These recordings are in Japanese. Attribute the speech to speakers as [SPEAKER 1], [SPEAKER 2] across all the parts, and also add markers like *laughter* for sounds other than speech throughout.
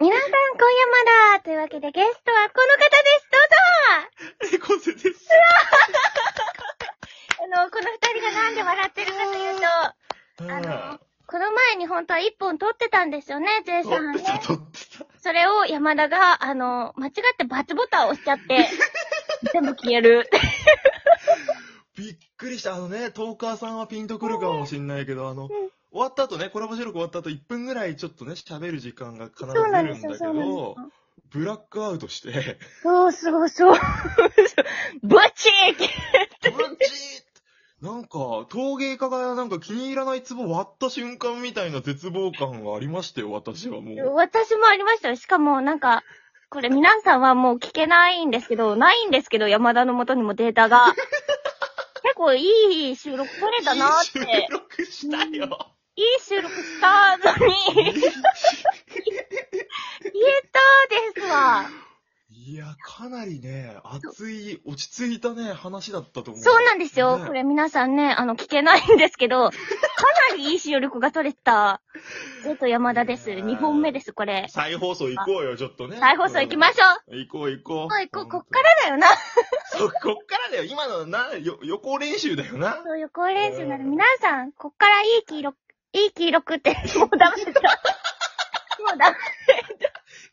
[SPEAKER 1] 皆さん、今夜まだというわけで、ゲストはこの方ですど
[SPEAKER 2] 猫背です。
[SPEAKER 1] うぞあの、この二人がなんで笑ってるかというと、あの、この前に本当は一本撮ってたんですよね、ジェイさんね
[SPEAKER 2] 撮って。た、撮ってた。
[SPEAKER 1] それを山田が、あの、間違ってバツボタンを押しちゃって、
[SPEAKER 2] *laughs*
[SPEAKER 1] 全部消える。
[SPEAKER 2] びっくりした。あのね、トーカーさんはピンとくるかもしんないけど、あの、終わった後ね、コラボ収録終わった後1分ぐらいちょっとね、喋る時間が必ず
[SPEAKER 1] そうな
[SPEAKER 2] 出
[SPEAKER 1] んで
[SPEAKER 2] るん
[SPEAKER 1] すよ、
[SPEAKER 2] だけ
[SPEAKER 1] そうなんです
[SPEAKER 2] ど
[SPEAKER 1] よ、。
[SPEAKER 2] ブラックアウトして、
[SPEAKER 1] そう、すごい、そう。 *laughs*
[SPEAKER 2] *laughs*
[SPEAKER 1] ブチーって。
[SPEAKER 2] ブチーなんか、陶芸家がなんか気に入らない壺割った瞬間みたいな絶望感がありましたよ、私はもう。
[SPEAKER 1] 私もありましたよ。しかも、なんか、これ皆さんはもう聞けないんですけど、ないんですけど、山田の元にもデータ *laughs* が。結構いい収録撮れたなーって。
[SPEAKER 2] 収録したよ。
[SPEAKER 1] いい収録したのに、言えたですわ。
[SPEAKER 2] いや、かなりね、熱い、落ち着いたね、話だったと思う。
[SPEAKER 1] そうなんですよ。
[SPEAKER 2] ね
[SPEAKER 1] これ皆さんね、あの、聞けないんですけど、かなりいい収録が撮れてた、ジェと山田です。
[SPEAKER 2] ねえ
[SPEAKER 1] 2本目です、これ。
[SPEAKER 2] 再放送行こうよ、ちょっとね。
[SPEAKER 1] 再放送行きましょ
[SPEAKER 2] ょうん。行こう行こ
[SPEAKER 1] う。
[SPEAKER 2] う。
[SPEAKER 1] はい、こ、こっからだよな。
[SPEAKER 2] そう、こっからだよ。今のな、よ予行練習だ
[SPEAKER 1] *laughs*
[SPEAKER 2] よな。
[SPEAKER 1] そういう高練習なので、皆さん、こっからいい黄色、いい黄色く
[SPEAKER 2] *laughs*
[SPEAKER 1] って、もうダメだ。もうダメ。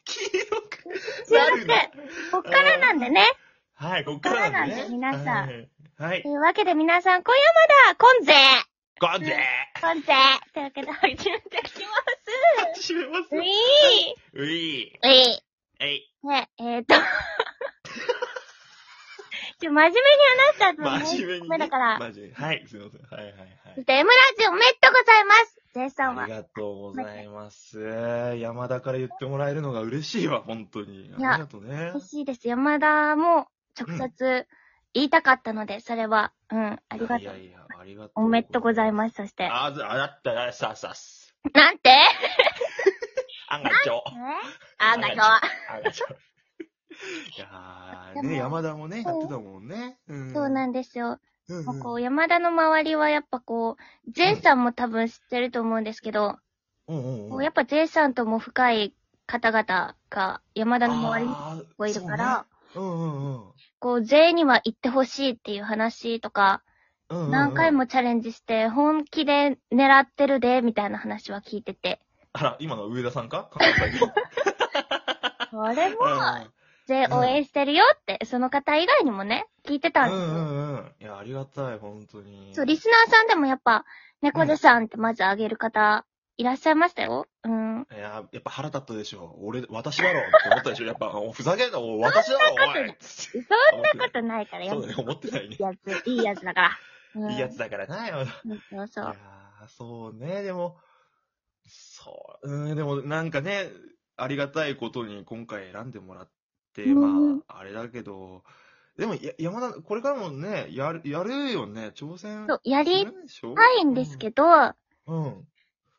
[SPEAKER 2] 黄色く。
[SPEAKER 1] 収録、こっからなんでね。
[SPEAKER 2] はい、こっからなんでね。
[SPEAKER 1] こっからなんで皆さん
[SPEAKER 2] はい。はい
[SPEAKER 1] と。いうわけで皆さん、今夜まだ、今ぜ
[SPEAKER 2] ガンで
[SPEAKER 1] 今ぜというわけで、始めていきます。
[SPEAKER 2] ー閉めます
[SPEAKER 1] ウィー
[SPEAKER 2] よ。 *laughs* う
[SPEAKER 1] ウ
[SPEAKER 2] ぃ
[SPEAKER 1] ィー
[SPEAKER 2] ー。えい。
[SPEAKER 1] ね、えーっと。 *laughs* ちょ、真面目に話した後も
[SPEAKER 2] 真面目に
[SPEAKER 1] ダ
[SPEAKER 2] ね。
[SPEAKER 1] メだから。
[SPEAKER 2] 真面目。はい、すいません。はいはいはい
[SPEAKER 1] そして、M ラジオおめでとうございますジェイさん
[SPEAKER 2] あ
[SPEAKER 1] は
[SPEAKER 2] り。がとうございます。山田から言ってもらえるのが嬉しいわ、本当に。
[SPEAKER 1] や
[SPEAKER 2] ありがとうね。
[SPEAKER 1] 嬉しいです。山田も直接言いたかったので、それは。うん、あ
[SPEAKER 2] あ
[SPEAKER 1] りが
[SPEAKER 2] い
[SPEAKER 1] と
[SPEAKER 2] や
[SPEAKER 1] う。
[SPEAKER 2] いや、ありがとう。
[SPEAKER 1] おめでとうございます、そして。
[SPEAKER 2] あ、ずあだったら、ささす。
[SPEAKER 1] なんて
[SPEAKER 2] 案外上。
[SPEAKER 1] あ、なか
[SPEAKER 2] 案外上。いやー、
[SPEAKER 1] でも
[SPEAKER 2] ね、山田もね、
[SPEAKER 1] そ
[SPEAKER 2] や
[SPEAKER 1] う
[SPEAKER 2] ってたもんね。うん
[SPEAKER 1] そうなんですよ。
[SPEAKER 2] うんうん
[SPEAKER 1] もうこう、山田の周りはやっぱこう、ジェイさんも多分知ってると思うんですけど、
[SPEAKER 2] うんうん
[SPEAKER 1] こ
[SPEAKER 2] う。
[SPEAKER 1] うんやっぱジェイさんとも深い方々が山田の周りに
[SPEAKER 2] あー
[SPEAKER 1] こういるから、。
[SPEAKER 2] そうねうんうん
[SPEAKER 1] こう、税には行ってほしいっていう話とか、
[SPEAKER 2] うんうん。
[SPEAKER 1] 何回。もチャレンジして、本気で狙ってるで、みたいな話は聞いてて。
[SPEAKER 2] あら、今の上田さ
[SPEAKER 1] *laughs*
[SPEAKER 2] んか関西人
[SPEAKER 1] それも
[SPEAKER 2] う、ん
[SPEAKER 1] 税応援してるよって、その方以外にもね、聞いてたん
[SPEAKER 2] う
[SPEAKER 1] です
[SPEAKER 2] んう
[SPEAKER 1] よ。
[SPEAKER 2] んうん。いや、ありがたい、本当に。
[SPEAKER 1] そう、リスナーさんでもやっぱ、猫背さんってまずあげる方、いらっしゃいましたよ。うん。
[SPEAKER 2] いや、やっぱ腹立ったでしょ。俺、私だろって思ったでしょ。やっぱ、おふざけんな、お私だ
[SPEAKER 1] そん
[SPEAKER 2] ろ、お
[SPEAKER 1] なこと
[SPEAKER 2] い
[SPEAKER 1] な
[SPEAKER 2] つっ
[SPEAKER 1] そん
[SPEAKER 2] て
[SPEAKER 1] なことないから、や
[SPEAKER 2] そ
[SPEAKER 1] っ
[SPEAKER 2] うだね、思ってないね。
[SPEAKER 1] ぱいいやつ、いいやつだから。うん
[SPEAKER 2] いいやつだからな、山田。
[SPEAKER 1] そうそ
[SPEAKER 2] いうや。ーそうね、でも、そう、うん、でもなんかね、ありがたいことに今回選んでもらって、
[SPEAKER 1] うんうん
[SPEAKER 2] まあ、あれだけど、でも、や山田、これからもね、やる、やるよね、挑戦。
[SPEAKER 1] そう、やり
[SPEAKER 2] でしょ
[SPEAKER 1] たいんですけど、
[SPEAKER 2] ど。うん。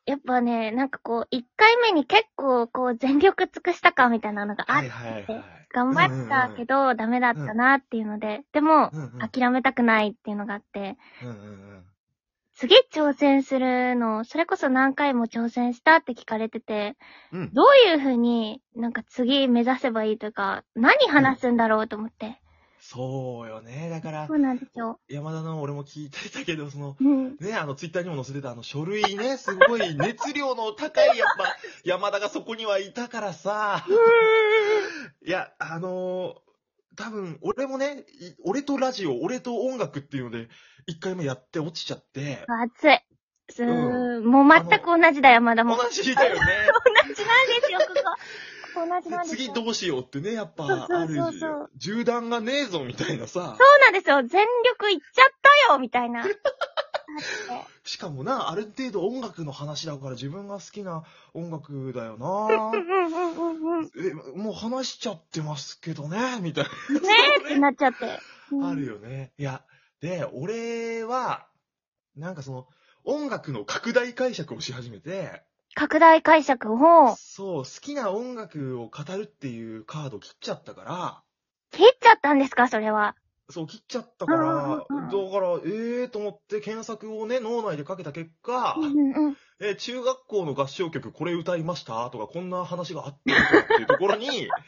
[SPEAKER 1] やっぱね、なんかこう、一回目に結構こう、全力尽くしたかみたいなのがあっ
[SPEAKER 2] は
[SPEAKER 1] て、
[SPEAKER 2] いはいはい。
[SPEAKER 1] 頑張ったけど、ダメだったなっていうので、でも、
[SPEAKER 2] うんうん。
[SPEAKER 1] 諦めたくないっていうのがあって、
[SPEAKER 2] うんうん
[SPEAKER 1] 次挑戦するの、それこそ何回も挑戦したって聞かれてて、
[SPEAKER 2] うん。うん。
[SPEAKER 1] どういうふうになんか次目指せばいいというか、何話すんだろうと思って。
[SPEAKER 2] そうよね、だから
[SPEAKER 1] そ、うなんですよ。
[SPEAKER 2] 山田の俺も聞いてたけど、その、
[SPEAKER 1] うん。
[SPEAKER 2] ね、あの、ツイッターにも載せてた、あの、書類ね、す
[SPEAKER 1] *laughs*
[SPEAKER 2] ごい熱量の高い、やっぱ、山田がそこにはいたからさ、いや、あのー多分、俺もね、い俺とラジオ、俺と音楽っていうので、一回目やって落ちちゃって、
[SPEAKER 1] 熱い。すー、もう全く同じだよ、まだも
[SPEAKER 2] 同
[SPEAKER 1] う。同
[SPEAKER 2] じだ
[SPEAKER 1] *laughs*
[SPEAKER 2] よね。
[SPEAKER 1] じなんですよ、こ
[SPEAKER 2] *laughs*
[SPEAKER 1] こ。同じなんですよ。
[SPEAKER 2] 次どうしようってね、やっぱ、
[SPEAKER 1] そうそうそうそう
[SPEAKER 2] あるじ銃弾がねえぞ、みたいなさ。
[SPEAKER 1] そうなんですよ。全力いっちゃったよみたい
[SPEAKER 2] *laughs*
[SPEAKER 1] な。だって
[SPEAKER 2] しかもな、ある程度音楽の話だから自分が好きな音楽だよ
[SPEAKER 1] *laughs*
[SPEAKER 2] な
[SPEAKER 1] う。んうんうんうん。ね
[SPEAKER 2] え、もう話しちゃってますけどね、みたい *laughs*
[SPEAKER 1] えってなっちゃって。
[SPEAKER 2] な。ある
[SPEAKER 1] よ。
[SPEAKER 2] よね。いや、で、俺は、なんかその、音楽の拡大解釈をし始めて、
[SPEAKER 1] 拡大解釈を
[SPEAKER 2] そう、好きな音楽を語るっていうカード切っちゃったから、
[SPEAKER 1] 切っちゃったんですか、それは。
[SPEAKER 2] そう、切っちゃったから、だ
[SPEAKER 1] うんうん
[SPEAKER 2] か
[SPEAKER 1] うんうん
[SPEAKER 2] ら、ええーと思って検索をね、脳内でかけた結果、
[SPEAKER 1] うんうん。
[SPEAKER 2] えー中学校の合唱曲これ歌いましたとか、こんな話があったとかっていうところに、 *laughs*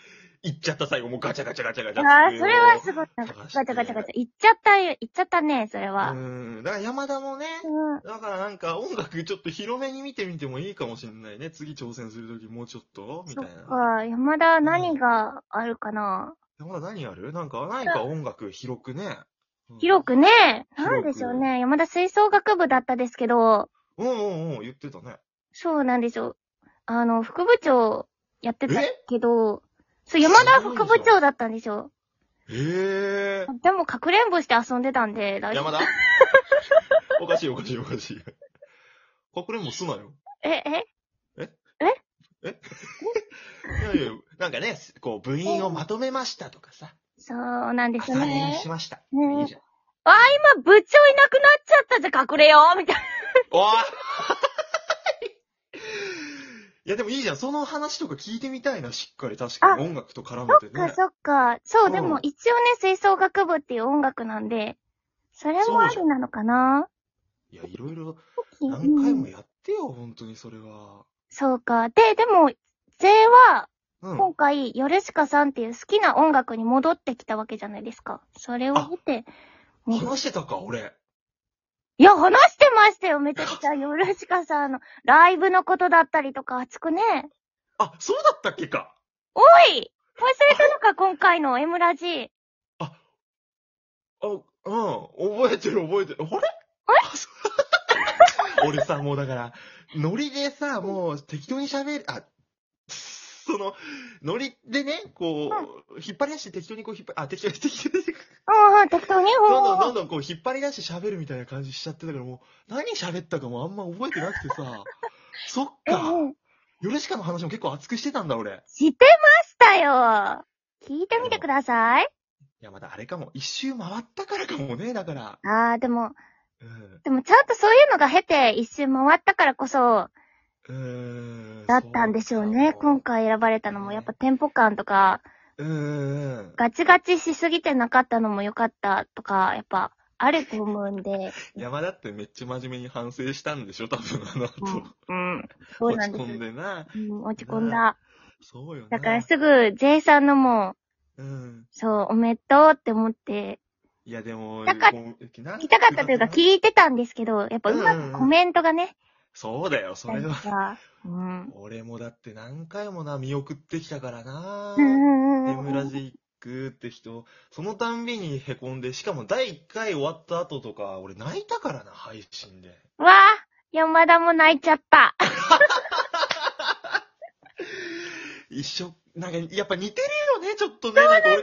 [SPEAKER 2] 行っちゃった最後、もうガチャガチャガチャガチャ
[SPEAKER 1] あ
[SPEAKER 2] っ
[SPEAKER 1] あ、
[SPEAKER 2] ていう
[SPEAKER 1] それはすごい。ガチ
[SPEAKER 2] 探して
[SPEAKER 1] ャガチャガチャ。言っちゃったよ、言っちゃったね、それは。
[SPEAKER 2] うん。だから山田もね、
[SPEAKER 1] うん。
[SPEAKER 2] だからなんか音楽ちょっと広めに見てみてもいいかもしれないね。次挑戦するときもうちょっとみ
[SPEAKER 1] そ
[SPEAKER 2] たい
[SPEAKER 1] っ
[SPEAKER 2] な。
[SPEAKER 1] か、山田何があるかな
[SPEAKER 2] 山田何やるなんか、何か音楽広くね。うん
[SPEAKER 1] 広くね、な
[SPEAKER 2] 広
[SPEAKER 1] ん
[SPEAKER 2] く
[SPEAKER 1] でしょうね。山田吹奏楽部だったですけど、
[SPEAKER 2] うんうんうん、言ってたね。
[SPEAKER 1] そうなんですよ。あの、副部長やってた
[SPEAKER 2] え
[SPEAKER 1] けど、そう、山田
[SPEAKER 2] すごいじ
[SPEAKER 1] 副
[SPEAKER 2] ゃん
[SPEAKER 1] 部長だったんですよ。
[SPEAKER 2] ええ
[SPEAKER 1] でも、かくれんぼして遊んでたんで、大丈夫
[SPEAKER 2] 山田 *laughs* おかしいおかしいおかしい。かくれんぼ
[SPEAKER 1] *laughs*
[SPEAKER 2] すなよ。
[SPEAKER 1] え、え
[SPEAKER 2] いやいや、なんかね、こう、部員をまとめましたとかさ、
[SPEAKER 1] そうなんです
[SPEAKER 2] 朝
[SPEAKER 1] よ
[SPEAKER 2] 任
[SPEAKER 1] ね
[SPEAKER 2] し。ました。
[SPEAKER 1] ね
[SPEAKER 2] いいじゃん。
[SPEAKER 1] 今、部長いなくなっちゃったじゃん、隠れようみたい
[SPEAKER 2] おい *laughs* いや、でもいいじゃん。その話とか聞いな聞いてみたいな、しっかり確かに音楽と絡めて
[SPEAKER 1] な。
[SPEAKER 2] ね。
[SPEAKER 1] そっか。そうう、
[SPEAKER 2] ん
[SPEAKER 1] でも、一応ね、吹奏楽部っていう音楽なんで、それもありなのかない
[SPEAKER 2] や、いろいろ
[SPEAKER 1] うん
[SPEAKER 2] 何回もやってよ、本当にそれは。
[SPEAKER 1] そうか。で、でも、J は、
[SPEAKER 2] うん。
[SPEAKER 1] 今回、ヨルシカさんっていう好きな音楽に戻ってきたわけじゃないですか。それを見て、ね
[SPEAKER 2] 話してたか、俺。
[SPEAKER 1] いや、話してましたよ、めちゃくちゃ。ヨルシカさんの、ライブのことだったりとか、熱くね。
[SPEAKER 2] あ、そうだったっけか。
[SPEAKER 1] おい忘れた
[SPEAKER 2] *laughs*
[SPEAKER 1] のか、今回の M ラジ。
[SPEAKER 2] あ、うん。覚えてる覚えてる。あれあそう *laughs* 俺さ、もうだから、ノリでさ、もう適当に喋る、あ、その、ノリでね、こう、引っ張り出して適当にこう引っ張り、あ、適当に、適当に、
[SPEAKER 1] うんうん、適当に。
[SPEAKER 2] どんどんど
[SPEAKER 1] うん
[SPEAKER 2] どんこう引っ張り出して喋るみたいな感じしちゃってたからもう、何喋ったかもあんま覚えてなくて
[SPEAKER 1] *laughs*
[SPEAKER 2] さ、そっか、
[SPEAKER 1] んうん。
[SPEAKER 2] ヨルシカの話も結構熱くしてたんだ俺。
[SPEAKER 1] 知ってましたよ。聞いてみてください。
[SPEAKER 2] いや、まだあれかも。一周回ったからかもね、だから。
[SPEAKER 1] あー、でも、
[SPEAKER 2] うん。
[SPEAKER 1] でもちゃんとそういうのが経て、一周回ったからこそ、
[SPEAKER 2] うーん。
[SPEAKER 1] だったんでしょうね。今回選ばれたのも、やっぱテンポ感とか、
[SPEAKER 2] うーん。
[SPEAKER 1] ガチガチしすぎてなかったのも良かったとか、やっぱ、あると思うんで。
[SPEAKER 2] 山田ってめっちゃ真面目に反省したんでしょ多分あの後。
[SPEAKER 1] *laughs* うん。うんそう
[SPEAKER 2] 落
[SPEAKER 1] な
[SPEAKER 2] ち
[SPEAKER 1] んです
[SPEAKER 2] 込んでな。
[SPEAKER 1] うん落ち込んだ。
[SPEAKER 2] そうよね。
[SPEAKER 1] だからすぐ J さんのもう、
[SPEAKER 2] うん。
[SPEAKER 1] そう、おめでとうって思って、
[SPEAKER 2] いや、でも、
[SPEAKER 1] なんか
[SPEAKER 2] こう
[SPEAKER 1] 聞きたかったというか
[SPEAKER 2] なん
[SPEAKER 1] 聞いてたんですけど、やっぱうまくコメントがね、
[SPEAKER 2] そうだよ、それは。
[SPEAKER 1] うん。
[SPEAKER 2] 俺もだって何回もな、見送ってきたからな。
[SPEAKER 1] う
[SPEAKER 2] エ
[SPEAKER 1] んうん
[SPEAKER 2] ム
[SPEAKER 1] う
[SPEAKER 2] ラ
[SPEAKER 1] ん。
[SPEAKER 2] ジックって人、そのたんびに凹んで、しかも第1回終わった後とか、俺泣いたからな、配信で。
[SPEAKER 1] わあ山田も泣いちゃった。
[SPEAKER 2] 一緒、なんか、やっぱ似てるよね、ちょっとね。そうなんですよね。俺感じ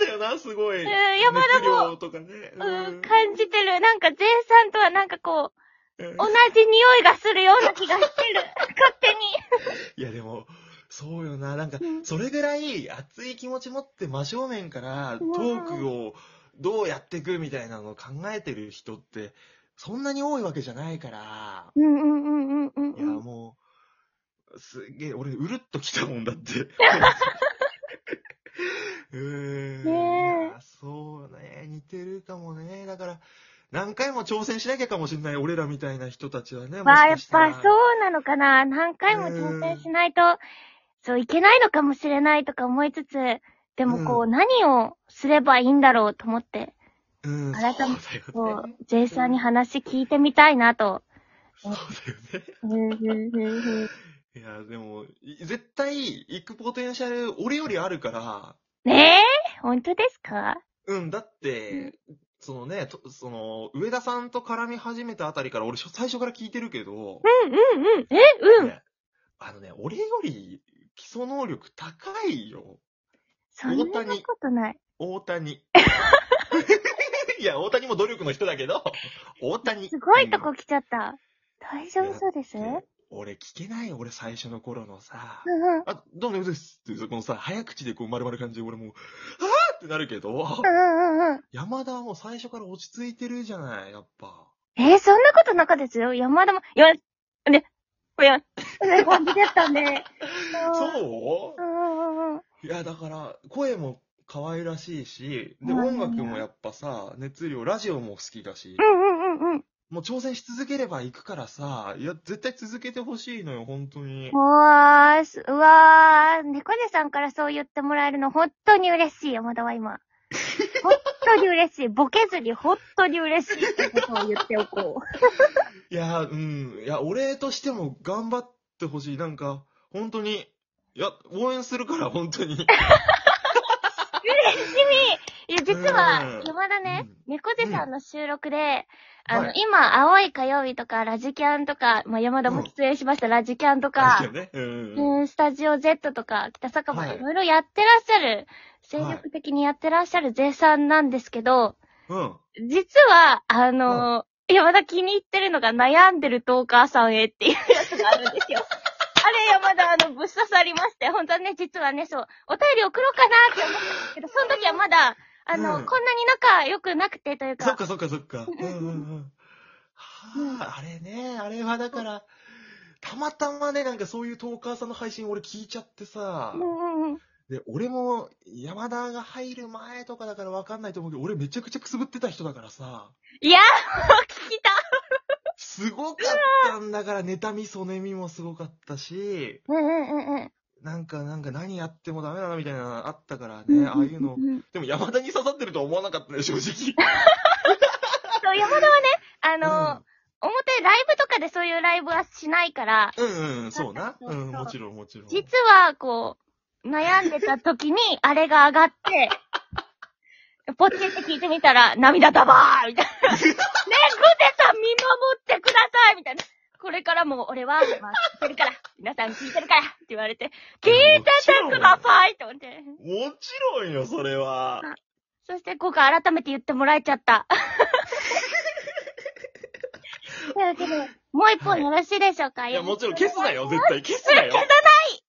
[SPEAKER 2] たんだよな、すごい。
[SPEAKER 1] うん山田も
[SPEAKER 2] 熱量とかね。
[SPEAKER 1] うん、感じてる。なんか J さんとはなんかこう、
[SPEAKER 2] うん
[SPEAKER 1] 同じ匂いがするような気がして *laughs* る。勝手に。
[SPEAKER 2] いや、でも、そうよな。なんか
[SPEAKER 1] う、ん
[SPEAKER 2] それぐらい熱い気持ち持って真正面からト
[SPEAKER 1] うん
[SPEAKER 2] ークをどうやっていくみたいなのを考えてる人って、そんなに多いわけじゃないから。
[SPEAKER 1] うんうんうんうん
[SPEAKER 2] いや、もう、すげえ、俺、うるっときたもん
[SPEAKER 1] *laughs*
[SPEAKER 2] だって。うーん。
[SPEAKER 1] ねえ
[SPEAKER 2] いやそうね。似てるかもね。だから、何回も挑戦しなきゃかもしれない。俺らみたいな人たちはね。
[SPEAKER 1] まあや
[SPEAKER 2] も
[SPEAKER 1] っ
[SPEAKER 2] しかしたら
[SPEAKER 1] ぱそうなのかな。何回も挑戦しないと、そういけないのかもしれないとか思いつつ、でもこう、
[SPEAKER 2] う
[SPEAKER 1] 何をすればいいんだろうと思って、
[SPEAKER 2] うん、
[SPEAKER 1] 改めて
[SPEAKER 2] そうだよ
[SPEAKER 1] こ
[SPEAKER 2] ね。
[SPEAKER 1] う、J さんに話聞いてみたいなと。
[SPEAKER 2] そうだよね。
[SPEAKER 1] うんうんうんうん
[SPEAKER 2] いや、でも、い絶対、行くポテンシャル、俺よりあるから、
[SPEAKER 1] ねえ本当ですか
[SPEAKER 2] うん、だって、そのね、とその、上田さんと絡み始めたあたりから、俺、最初から聞いてるけど、
[SPEAKER 1] うんうんうん。えうん。
[SPEAKER 2] ねあのね、俺より基礎能力高いよ。
[SPEAKER 1] そんなことない。
[SPEAKER 2] 大
[SPEAKER 1] *laughs*
[SPEAKER 2] 谷。いや、大谷も努力の人だけど、大谷。
[SPEAKER 1] すごいとこ来ちゃった。大丈夫そうです
[SPEAKER 2] う
[SPEAKER 1] うんん
[SPEAKER 2] 俺聞けないよ、俺最初の頃のさ。
[SPEAKER 1] うん。
[SPEAKER 2] あ、どうもですっていう、このさ、早口でこう丸々感じで俺もう、あーってなるけど、
[SPEAKER 1] うんうんうん。
[SPEAKER 2] 山田はもう最初から落ち着いてるじゃない、やっぱ。
[SPEAKER 1] えーそんなことなかったですよ。山田も、いや、ね、これ、こんな *laughs* 感じだったんで。
[SPEAKER 2] そう
[SPEAKER 1] うんうんうんうん。
[SPEAKER 2] いや、だから、声も可愛らしいし、で、
[SPEAKER 1] うん
[SPEAKER 2] 音楽もやっぱさ、熱量、ラジオも好きだし
[SPEAKER 1] う、んうんうんうん。
[SPEAKER 2] もう挑戦し続ければ行くからさ、いや、絶対続けてほしいのよ、本当に。
[SPEAKER 1] うわーす、うわー、猫背さんからそう言ってもらえるの本当に嬉しい、山田は今。本当に嬉 *laughs* しい。ボケずに本当に嬉しいってことを言っておこう。
[SPEAKER 2] いや、うん、いや、お礼としても頑張ってほしい。なんか、本当に、いや、応援するから、本当に。
[SPEAKER 1] いや、実は
[SPEAKER 2] う、ん
[SPEAKER 1] 山田ね、猫背さんの収録で、
[SPEAKER 2] うん
[SPEAKER 1] あの、
[SPEAKER 2] はい
[SPEAKER 1] 今、青い火曜日とか、ラジキャンとか、まあ、山田も出演しました、ラジキャンとか、
[SPEAKER 2] 確かにね。うん。
[SPEAKER 1] うん、スタジオ Z とか、北酒場、、
[SPEAKER 2] はいい
[SPEAKER 1] ろいろやってらっしゃる、精力的にやってらっしゃる税さんなんですけど、
[SPEAKER 2] うん。
[SPEAKER 1] 実は、あのー、山田気に入ってるのが悩んでるトーカーさんへっていうやつがあるん *laughs* ですよ。あれ、山田、あの、ぶっ刺さりまして、本当はね、実はね、そう、お便り送ろうかなって思ったんですけど、その時はまだ、あの、
[SPEAKER 2] うん
[SPEAKER 1] こんなに仲良くなくてという
[SPEAKER 2] そっ
[SPEAKER 1] か、
[SPEAKER 2] かそっかそっか。うんうんうん。
[SPEAKER 1] うん
[SPEAKER 2] はあ、あれね、あれはだから、たまたまね、なんかそういうトーカーさんの配信俺聞いちゃってさ
[SPEAKER 1] う、んうんうん。
[SPEAKER 2] で、俺も山田が入る前とかだからわかんないと思うけど、俺めちゃくちゃくすぶってた人だからさ、
[SPEAKER 1] いやー、もう聞きた
[SPEAKER 2] すごかったん
[SPEAKER 1] *laughs*
[SPEAKER 2] だから、妬み、そねみもすごかったし、
[SPEAKER 1] うんうんうんうん。
[SPEAKER 2] なんか、なんか何やってもダメだな、みたいなのあったから
[SPEAKER 1] うんうん
[SPEAKER 2] ね、ああいうの
[SPEAKER 1] う。ん
[SPEAKER 2] でも山田に刺さってるとは思わなかったね、正直。
[SPEAKER 1] そう、山田はね、あのー、表、ライブとかでそういうライブはしないから、
[SPEAKER 2] うんうん、そうな。
[SPEAKER 1] そうそうそう
[SPEAKER 2] う、
[SPEAKER 1] ん
[SPEAKER 2] もちろんもちろん。
[SPEAKER 1] 実は、こう、悩んでた時に、あれが上が
[SPEAKER 2] *laughs*
[SPEAKER 1] って、ポチって聞いてみたら、涙だばーみたいな。ねえ、グゼさん見守ってくださいみたいな。これからも俺は、まあ、聞いてるから、 *laughs* 皆さん聞いてるからって言われて、聞いててくださいって思って。
[SPEAKER 2] もちろんよ、それは。
[SPEAKER 1] そして今回改めて言ってもらえちゃ
[SPEAKER 2] *laughs*
[SPEAKER 1] った。 *laughs* というわけで、もう一本よろしいでしょうか、
[SPEAKER 2] いや、もちろん
[SPEAKER 1] 消
[SPEAKER 2] 消
[SPEAKER 1] す
[SPEAKER 2] すなよ、絶対消すなよ。
[SPEAKER 1] 消さない